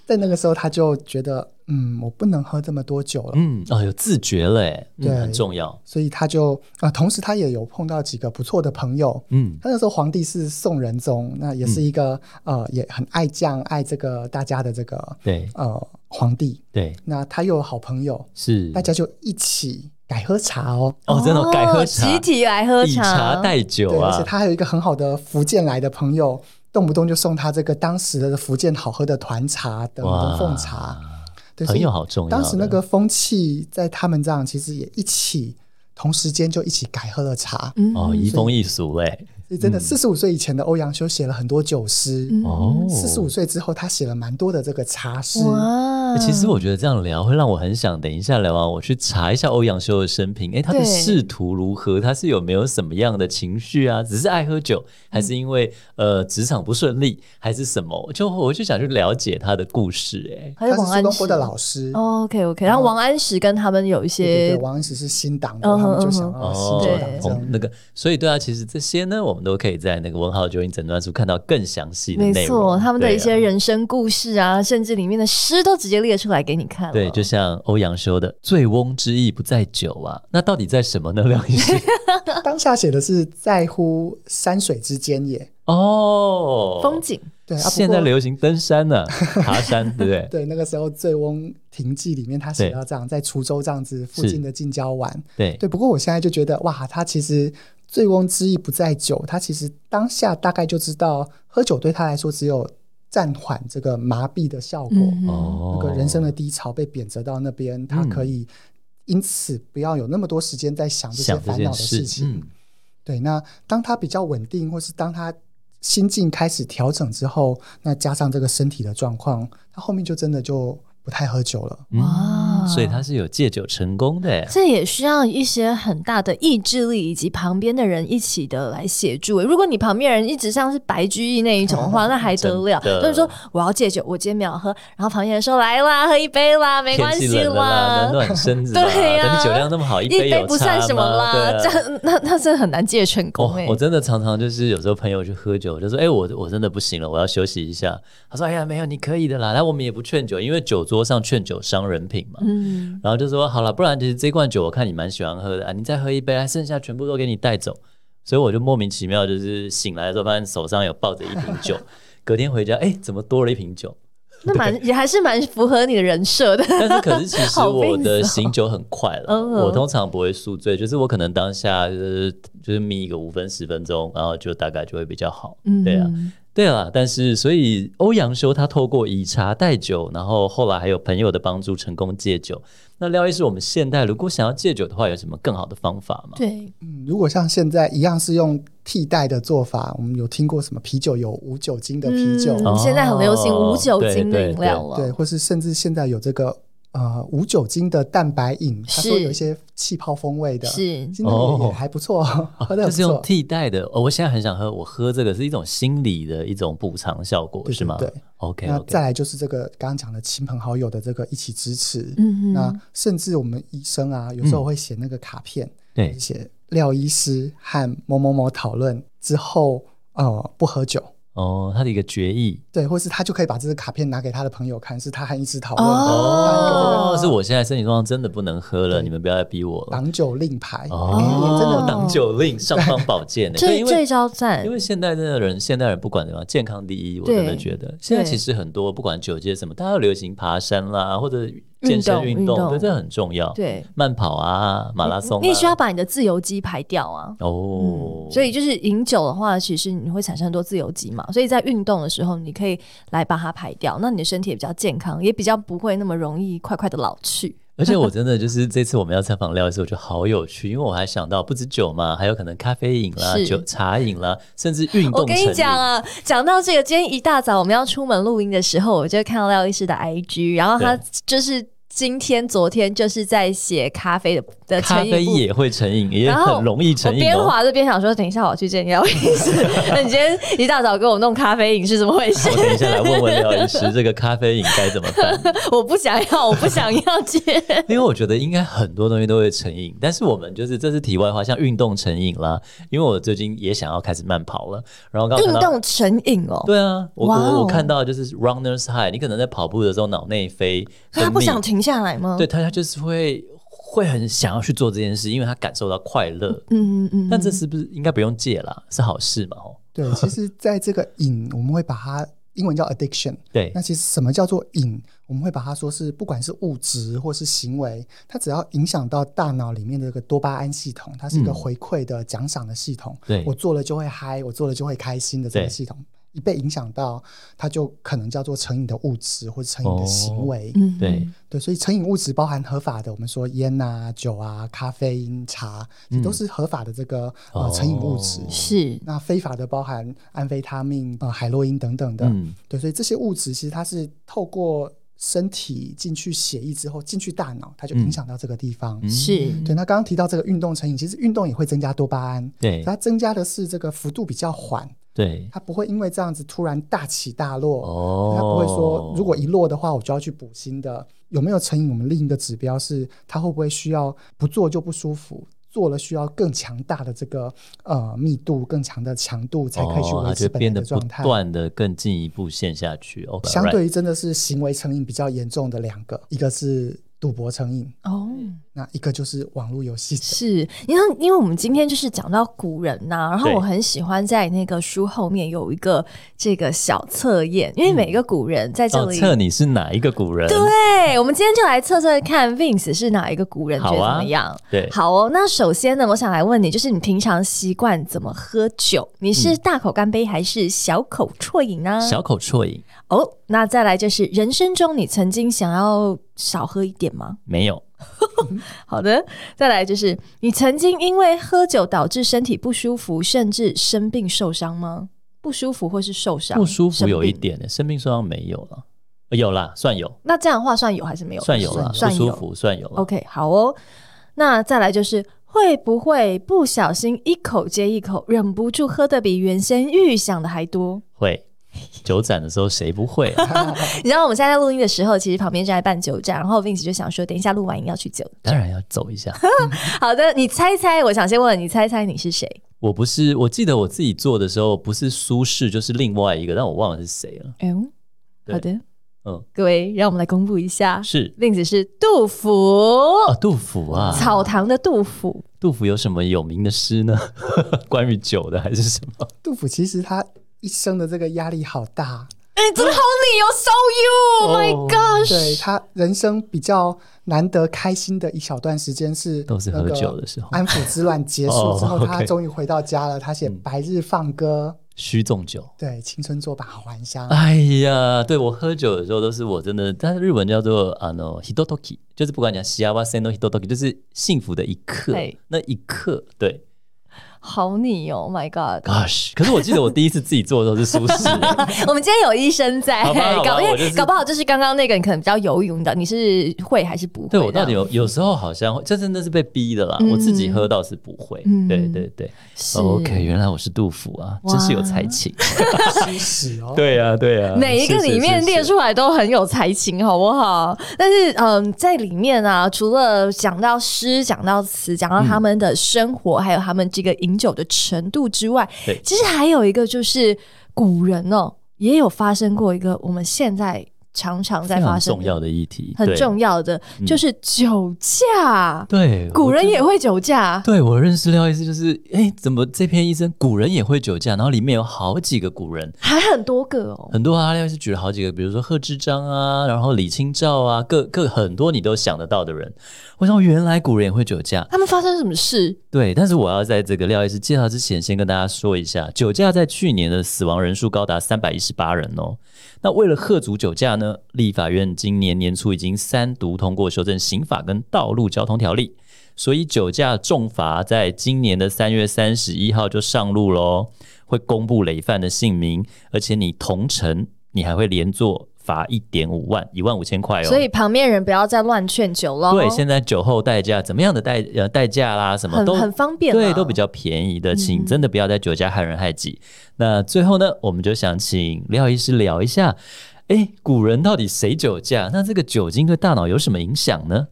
在那个时候他就觉得，嗯，我不能喝这么多酒了，
嗯，哦，有自觉了，哎，
对
嗯，很重要，
所以他就啊、呃同时他也有碰到几个不错的朋友，
嗯，
他那时候皇帝是宋仁宗，那也是一个、呃也很爱将爱这个大家的这个
对
呃皇帝。
对，
那他又有好朋友，
是
大家就一起改喝茶哦。
哦，真的哦改喝茶，
集体来喝
以茶代酒
对，而且
啊，
他还有一个很好的福建来的朋友，动不动就送他这个当时的福建好喝的团茶等
哇
等凤茶。对，
朋友啊
所以
好重要的，
当时那个风气在他们这样，其实也一起同时间就一起改喝了茶。
嗯
哦，移风易俗哎，
所以真的，四十五岁以前的欧阳修写了很多酒诗。
嗯
哦，
四十五岁之后，他写了蛮多的这个茶诗。
哇，
其实我觉得这样聊会让我很想，等一下聊啊完我去查一下欧阳修的生平，诶，他的
对
仕途如何？他是有没有什么样的情绪啊？只是爱喝酒，还
嗯
是因为、呃职场不顺利，还是什么？就我就想去了解他的故事、诶，
还
他
有
是
王
苏
安
东
石哦
坡的老师，
OK OK，然后王安石跟他们有一
对对
些
对，王安石是新党的，
嗯哼
他们就想
嗯
要新
对
旧党
哦
争。
那个，所以对啊，其实这些呢，我们都可以在那个文豪酒瘾诊断书看到更详细的内
没
容，
错，他们的
对啊
一些人生故事啊，甚至里面的诗都直接列出来给你看了。
对，就像欧阳修的“醉翁之意不在酒”啊，那到底在什么呢？ 廖医 师
当下写的是在乎山水之间也，
哦，
风景，
对啊。不过
现在流行登山呢、爬山，对不对？
对那个时候《醉翁亭记》里面他写到这样，在滁州这样子附近的近郊玩。
对
对，不过我现在就觉得哇，他其实醉翁之意不在酒，他其实当下大概就知道，喝酒对他来说只有暂缓这个麻痹的效果，
嗯哼，
哦嗯
那个人生的低潮被贬谪到那边，他可以因此不要有那么多时间在想这些
想这
烦恼
件
的
事
事情。
嗯
对，那当他比较稳定，或是当他心境开始调整之后，那加上这个身体的状况，他后面就真的就不太喝酒了。
哇
嗯，所以他是有戒酒成功的耶，
这也需要一些很大的意志力以及旁边的人一起的来协助。如果你旁边人一直像是白居易那一种的 话，那还得了？
真的
就是说我要戒酒，我今天没有喝，然后旁边人说来啦，喝一杯啦，没
天
关
气
系
冷了啦，
啦
暖。暖身子啦。
对呀
等你酒量那么好，一
一杯
有
不算
差
什么啦，
吗对啊
这 样那那是很难戒成功
哦
哎、，
我真的常常就是有时候朋友去喝酒，我就说：“哎、我我真的不行了，我要休息一下。”他说：“哎呀，没有，你可以的啦。”来，我们也不劝酒，因为酒桌上劝酒伤人品嘛。
嗯，
然后就说：“好了，不然其实这罐酒我看你蛮喜欢喝的啊，你再喝一杯，剩下全部都给你带走。”所以我就莫名其妙就是醒来的时候，发现手上有抱着一瓶 酒，隔天回家，哎、怎么多了一瓶酒？
那蛮也还是蛮符合你的人设的。
但是可是其实
好费
我的
手
醒酒很快了，
嗯嗯
我通常不会宿醉，就是我可能当下就是就是眯个五分十分钟，然后就大概就会比较好。
嗯，
对啊，对啊。但是所以欧阳修他透过以茶代酒，然后后来还有朋友的帮助成功戒酒。那廖医师，我们现代如果想要戒酒的话，有什么更好的方法吗？
对，
嗯，如果像现在一样是用替代的做法，我们有听过什么啤酒有无酒精的啤酒，
嗯现在很流行
哦
无酒精的
对对
饮料了。
对，或是甚至现在有这个呃无酒精的蛋白饮，它
是
说有一些气泡风味
啊
的，
是
现在也
哦
也还 不错，喝的
就
不
是用
错，
替代的哦，我现在很想喝，我喝这个是一种心理的一种补偿效果，
对
是吗？
对对
o k
那
OK，
再来就是这个刚刚讲的亲朋好友的这个一起支持，
嗯
那
哼，
甚至我们医生啊，有时候会写那个卡片，
对
写廖医师和某某某讨论之后，呃，不喝酒。
哦，他的一个决议，
对，或是他就可以把这个卡片拿给他的朋友看，是他和医师讨论的
哦
哦，是我现在身体状况真的不能喝了，
对
你们不要再逼我了。
挡酒令牌，
哦
哎真的
哦
挡酒 令上方宝剑呢？对
这
因
这
为
招赞
因，为现代的人，现代人不管怎么样，健康第一，我
嗯对
真的觉得现在
对
其实很多不管酒界什么，大家都流行爬山啦，或者健身
运动
运动，
运动
我觉得这很重要。，
对，
慢跑啊，马拉松啊，
你也需要把你的自由基排掉啊。
哦，
所以就是饮酒的话，其实你会产生很多自由基嘛，所以在运动的时候，你可以来把它排掉，那你的身体也比较健康，也比较不会那么容易快快的老去。
而且我真的就是这次我们要采访廖的时候，我觉得好有趣，因为我还想到不止酒嘛，还有可能咖啡饮啦、
是
酒茶饮啦，甚至运动。
我跟你讲，啊，讲到这个，今天一大早我们要出门录音的时候，我就看到廖医师 的 IG，然后他
对
就是今天、昨天就是在写咖啡的的
咖
成
啡
瘾部
也会成瘾，哦也
然后
很容易
我
成瘾
边
哦。
滑着边想说，等一下我去见廖医 师。那你今天一大早给我弄咖啡饮是怎么回事
我？等一下来问问廖医师，这个咖啡瘾该怎么办？
我不想要，我不想要戒。
因为我觉得应该很多东西都会成瘾，但是我们就是这是题外话，像运动成瘾啦，因为我最近也想要开始慢跑了，然后刚刚
运
看 到。
动成瘾哦，
对啊，我
哇哦
我我看到就是 runners high，你可能在跑步的时候脑内啡分
他不
泌
想停下来吗？
对，他他就是会会很想要去做这件事，因为他感受到快乐。
嗯，嗯嗯。
但这是不是应该不用戒啦？是好事嘛？哦，
对，其实在这个瘾，我们会把它英文叫 addiction。
对
那，其实什么叫做瘾？我们会把它说是不管是物质或是行为，它只要影响到大脑里面的这个多巴胺系统，它是一个
嗯
回馈的奖赏的系统。
对
我做了就会嗨，我做了就会开心的这
对
个系统，一被影响到，它就可能叫做成瘾的物质或者成瘾的
哦
行为。
嗯
对，
对，所以成瘾物质包含合法的，我们说烟啊、酒啊、咖啡因、茶，这都
嗯
是合法的这个、
哦
呃成瘾物质。
是
那非法的包含安非他命、呃海洛因等等的，
嗯，
对，所以这些物质其实它是透过身体进去血液之后进去大脑，它就影响到这个地方。
嗯
是，
对，那刚刚提到这个运动成瘾，其实运动也会增加多巴胺，
对
它增加的是这个幅度比较缓，
对，
它不会因为这样子突然大起大落。
哦，
它不会说，如果一落的话，我就要去补新的。有没有成瘾？我们另一个指标是，它会不会需要不做就不舒服，做了需要更强大的这个呃密度、更强的强度，才可以去
哦
维
它
持
就
本来
变得
的
不
状态。
断的更进一步陷下去。哦，
相对于真的是行为成瘾比较严重的两个，一个是赌博成瘾，
哦，
那一个就是网络游 戏的
是，因为因为我们今天就是讲到古人呐、然后
对
我很喜欢在那个书后面有一个这个小测验，因为每一个古人在这
哦，
里，
测你是哪一个古人？
对，我们今天就来测测看 Vince 是哪一个古人，觉
好
得
啊
怎么样？
对
好哦，那首先呢，我想来问你，就是你平常习惯怎么喝酒？你是大口干杯还是小口啜饮呢？
嗯小口啜饮
哦，那再来就是人生中你曾经想要少喝一点吗？
没有，
好的，再来就是你曾经因为喝酒导致身体不舒服，甚至生病受伤吗？不舒服或是受伤？
不舒服有一
生病。
点，生病受伤没有了，呃有啦，算有，
那这样的话算有还是没有？
算有啦，不
算
舒
有。
服算有啦。
OK，好哦。那再来就是会不会不小心一口接一口，忍不住喝的比原先预想的还多？
会酒展的时候谁不会？啊
你知道我们现在在录音的时候，其实旁边正在办酒展，然后 Vince 就想说，等一下录完音要去酒。
当然要走一下。
好的，你猜猜，我想先问你猜猜你是谁？
我不是，我记得我自己做的时候不是苏轼就是另外一个，但我忘了是谁了。
嗯，
对
好的，
嗯，
各位，让我们来公布一下，
是
Vince 是杜甫，
啊，杜甫啊，
草堂的杜甫。
杜甫有什么有名的诗呢？ 关于酒的还是什 么？
杜甫其实他一生的这个压力好大，啊
哎、真的好你哦，so you，Oh my
哦
gosh！、
对 他人生比较难得开心的一小段时间是
都是
那
喝
个
酒的时候
安抚之乱结束 之
哦
后，
，OK 嗯
他终于回到家了。他写《白日放歌》，
须纵酒。
对，青春作伴好还 乡。
哎呀，对我喝酒的时候都是我真的，但是日文叫做啊 no hidotoki，就是不管讲幸せの hidotoki，就是幸福的一刻
对，
那一刻，对
好你哦，Oh my god！
，gosh。可是我记得我第一次自己做的时候是 苏轼，
我们今天有医生在，
好吧好吧
搞因
我
为、
就是
搞不好就是刚刚那个，你可能比较犹豫的，你是会还是不会？
对我到底有有时候好像会这真的是被逼的啦，
嗯
我自己喝倒是不会，
嗯
对对对。哦
是
OK，原来我是杜甫啊，真是有才 情。
历史哦，
对啊，对啊，
每一个
是是
里面
是
列
是
出来都很有才情，好不好？但是，嗯，在里面啊，除了讲到诗、讲到词、讲到他们的生活，还有他们这个饮酒的程度之外
对，
其实还有一个就是古人哦，也有发生过一个我们现在常常在
非
发
常
生
重要的议题，
很
对嗯
重要的，就是酒驾。
对，
古
我
人
真
也会酒驾，
对我认识廖医师，就是哎，怎么这篇医生古人也会酒驾？然后里面有好几个古人，
还很多个哦。
很多啊，廖医师举了好几个，比如说贺知章啊，然后李清照啊，各各很多你都想得到的人。我想原来古人也会酒驾，
他们发生什么事？
对。但是我要在这个廖医师介绍之前，先跟大家说一下，酒驾在去年的死亡人数高达三百一十八人哦。那为了贺足酒驾呢，立法院今年年初已经三读通过修正刑法跟道路交通条例。所以酒驾重罚在今年的三月三十一号就上路喽，会公布累犯的姓名，而且你同乘，你还会连坐罚一点五万一万五千块哦。
所以旁边人不要再乱劝酒喽。
对，现在酒后代驾怎么样的代呃代驾啦，什么
很
都
很方便啦，
对，都比较便宜的，请真的不要在酒驾害人害己。那最后呢，我们就想请廖医师聊一下，哎，古人到底谁酒驾？那这个酒精对大脑有什么影响呢？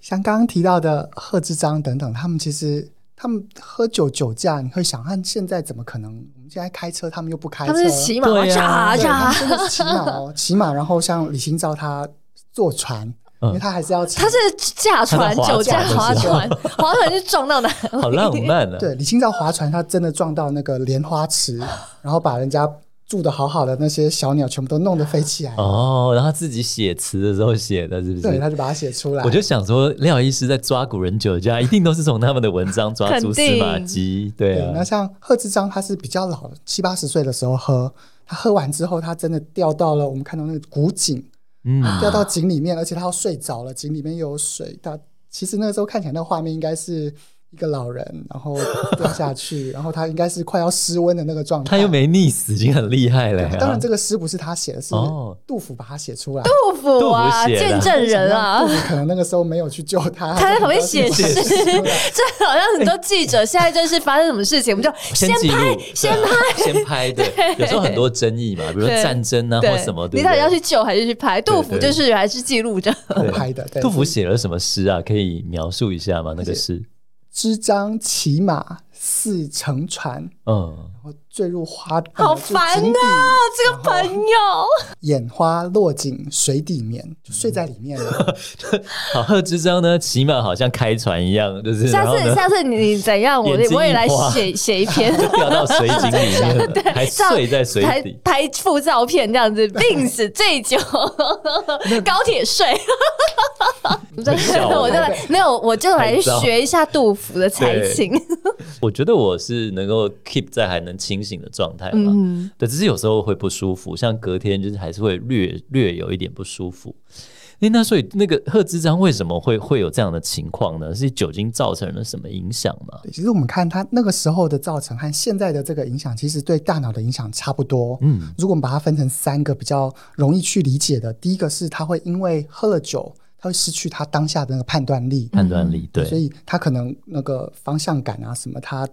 像刚刚提到的贺知章等等，他们其实他们喝酒酒驾，你会想，看现在怎么可能？我们现在开车，他们又不开车，
他们是骑马
对
炸
啊
对他
炸
们，真的是骑马哦，骑马。然后像李清照，她坐船，
嗯
因为她还是要骑
他是驾船
他在划
酒驾划
船的时候
船，划船就撞到哪里？
好浪漫啊！
对，李清照划船，她真的撞到那个莲 花池，然后把人家住的好好的那些小鸟全部都弄得飞起来。
哦，然后自己写词的时候写的，是不
对，
是？
她就把它写出来。
我就想说，廖医师在抓古人酒驾，一定都是从他们的文章抓蛛丝马迹，对
对，
啊
那，像贺知章，他是比较老，七八十岁的时候喝，他喝完之后，他真的掉到了我们看到那个古井，
嗯，
掉到井里面，而且他要睡着了，井里面又有水。他其实那个时候看起来那画面应该是一个老人，然后掉 下去，然后他应该是快要失温的那个状态。
他又没溺死，已经很厉害了
对
呀。
当然，这个诗不是他写的，是
哦
杜甫把它写出来。
杜甫啊，
杜甫写的
见证人啊
杜，甫可能那个时候没有去救 他，
他在旁边写诗，
他就把它写出来
这好像很多记者现在就是发生什么事情，我们就
啊先记录
拍，，先
对啊先拍，对，有时候很多争议嘛，比如说
对
战争啊或
对
什么，对
你
不
到底
对
要去救还是去拍？杜甫就是还是记录着。
偷拍的。对
杜甫写了什么诗啊？可以描述一下吗？那个诗
知章骑马，似乘船，
嗯，
然后坠入花瓣，
好烦
呐、
啊！这个朋
哦
友，
眼花落井水底眠，就睡在里面了。
好，贺知章呢，起码好像开船一样， 就是
下
然后
次
呢
下次你你怎样，我
眼睛一
我也来
花
写写一篇，
掉到水 井里面了，还睡在水
拍
底。
拍副照片这样子，病死醉酒，高铁睡，我就
笑我
我就来没有，我就来
拍照
学一下杜甫的才情。
我觉得我是能够 keep 在还能清醒的状态嘛，
嗯，
对，只是有时候会不舒服，像隔天就是还是会略略有一点不舒服。诶那所以那个贺知章为什么会会有这样的情况呢？是酒精造成了什么影响吗？
对其实我们看它那个时候的造成和现在的这个影响，其实对大脑的影响差不多。
嗯，
如果我们把它分成三个比较容易去理解的，第一个是他会因为喝了酒，他会失去他当下的那个判断力，
判断力对，
嗯所以他可能那个方向感啊什么，他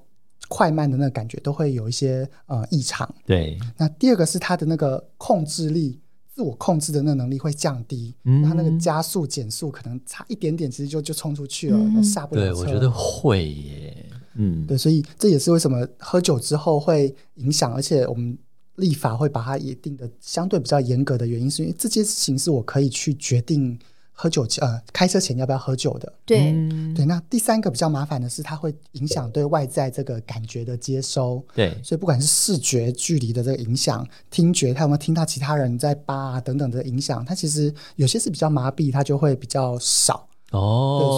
快慢的那个感觉都会有一些呃异常。
对，
那第二个是他的那个控制力。自我控制的那能力会降低，
嗯
那他那个加速、减速可能差一点点，其实就就冲出去了，
嗯
那下不了
对，
车。
我觉得会耶，嗯，
对，所以这也是为什么喝酒之后会影响，而且我们立法会把它也定的相对比较严格的原因，是因为这件事情是我可以去决定喝酒前呃开车前要不要喝酒的。
对，
嗯
对，那第三个比较麻烦的是，它会影响对外在这个感觉的接收。
对，
所以不管是视觉距离的这个影响，听觉他有没有听到其他人在叭、啊、等等的影响，它其实有些是比较麻痹，它就会比较少。对，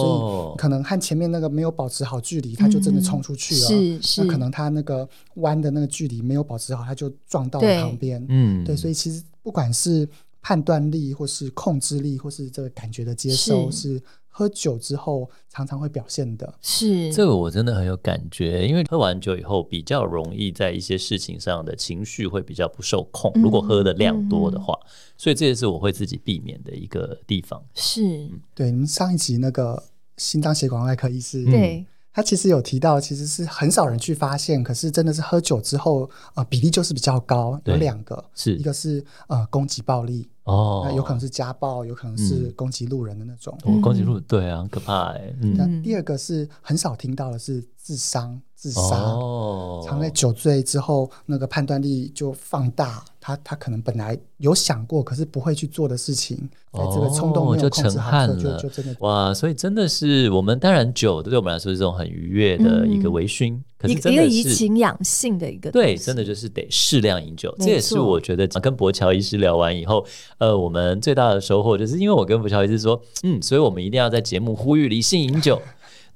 所
哦
以，可能和前面那个没有保持好距离，它就真的冲出去了。
嗯是是
啊那，可能他那个弯的那个距离没有保持好，他就撞到
对
了旁边。
嗯
对，所以其实不管是判断力，或是控制力，或是这个感觉的接收，
是
是喝酒之后常常会表现的。
是
这个我真的很有感觉，因为喝完酒以后比较容易在一些事情上的情绪会比较不受控，
嗯
如果喝的量多的话，所以这也是我会自己避免的一个地方。
是，
对，你们上一集那个心脏血管外科医师，
嗯
对，
他其实有提到，其实是很少人去发现，可是真的是喝酒之后，呃，比例就是比较高，有
对
两个，
是
一
嗯
个是呃攻击暴力，
哦嗯
那，有可能是家暴，有可能是攻击路人的那种。
我攻击路对啊，很可怕哎、嗯，
那第二个是很少听到的是自伤、自杀。
哦
常在酒醉之后，那个判断力就放大，他他可能本来有想过，可是不会去做的事情，在这个冲动
哦
没有
就
控
成
制好
汗
之后，就
了
就真的
哇，所以真的是我们当然酒对我们来说是这种很愉悦的一个
嗯
微醺，可
一
是
个
真
一
的
个
是
怡情养性的一个
对，
东西
真的就是得适量饮酒。
没
这也是
错
我觉得呃跟博乔医师聊完以后，呃，我们最大的收获就是，因为我跟博乔医师说，嗯，所以我们一定要在节目呼吁理性 饮酒。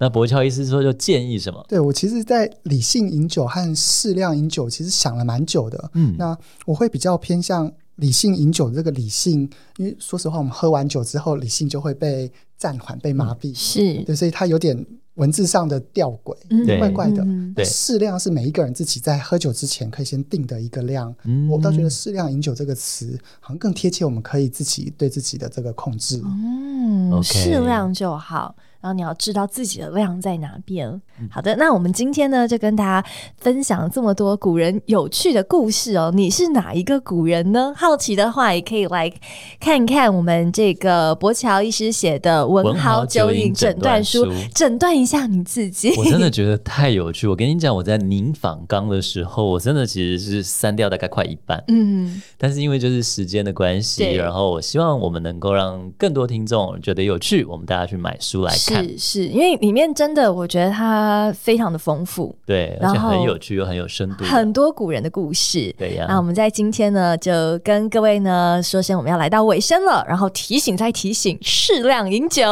那博乔医师说，就建议什么？
对我其实，在理性饮酒和适量饮酒，其实想了蛮久的。
嗯
那我会比较偏向理性饮酒这个理性，因为说实话，我们喝完酒之后，理性就会被暂缓、被
嗯
麻痹，
是
对，所以它有点文字上的吊诡。
嗯
对
怪怪的
嗯
对
适量是每一个人自己在喝酒之前可以先定的一个量。
嗯
我倒觉得“适量饮酒”这个词好像更贴切，我们可以自己对自己的这个控制。
嗯，
OK
适量就好。然后你要知道自己的量在哪边。
嗯
好的，那我们今天呢就跟大家分享这么多古人有趣的故事哦。你是哪一个古人呢？好奇的话，也可以来看看我们这个博乔医师写的《文
文
豪
豪酒
酒饮
饮
诊
诊
断
断
书
书》，
诊断一下你自己。
我真的觉得太有趣。我跟你讲，我在拧仿纲的时候，我真的其实是删掉大概快一半，
嗯，
但是因为就是时间的关系，
对
然后我希望我们能够让更多听众觉得有趣，我们大家去买书来看。
是是，因为里面真的我觉得它非常的丰富，
对，
然
而且很
后
有趣又很有深度的，
很多古人的故事。
对呀、
那我们在今天呢，就跟各位呢说声我们要来到尾声了，然后提醒再提醒，适量饮酒，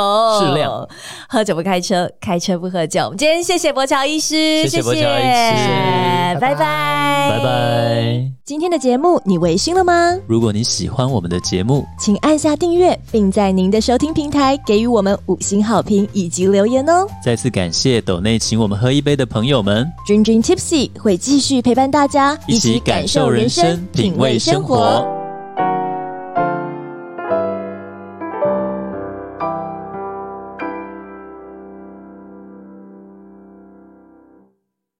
适量
喝酒不开车，开车不喝酒。我们今天谢谢博乔医师，
谢谢博乔医师
拜拜，
拜拜
拜
拜。
拜。
今天的节目你微醺了吗？
如果你喜欢我们的节目，
请按下订阅，并在您的收听平台给予我们五星好评以及留言哦。
再次感谢斗内请我们喝一杯的朋友们，
君君 Tipsy 会继续陪伴大家，
一起感受人生，品味生活。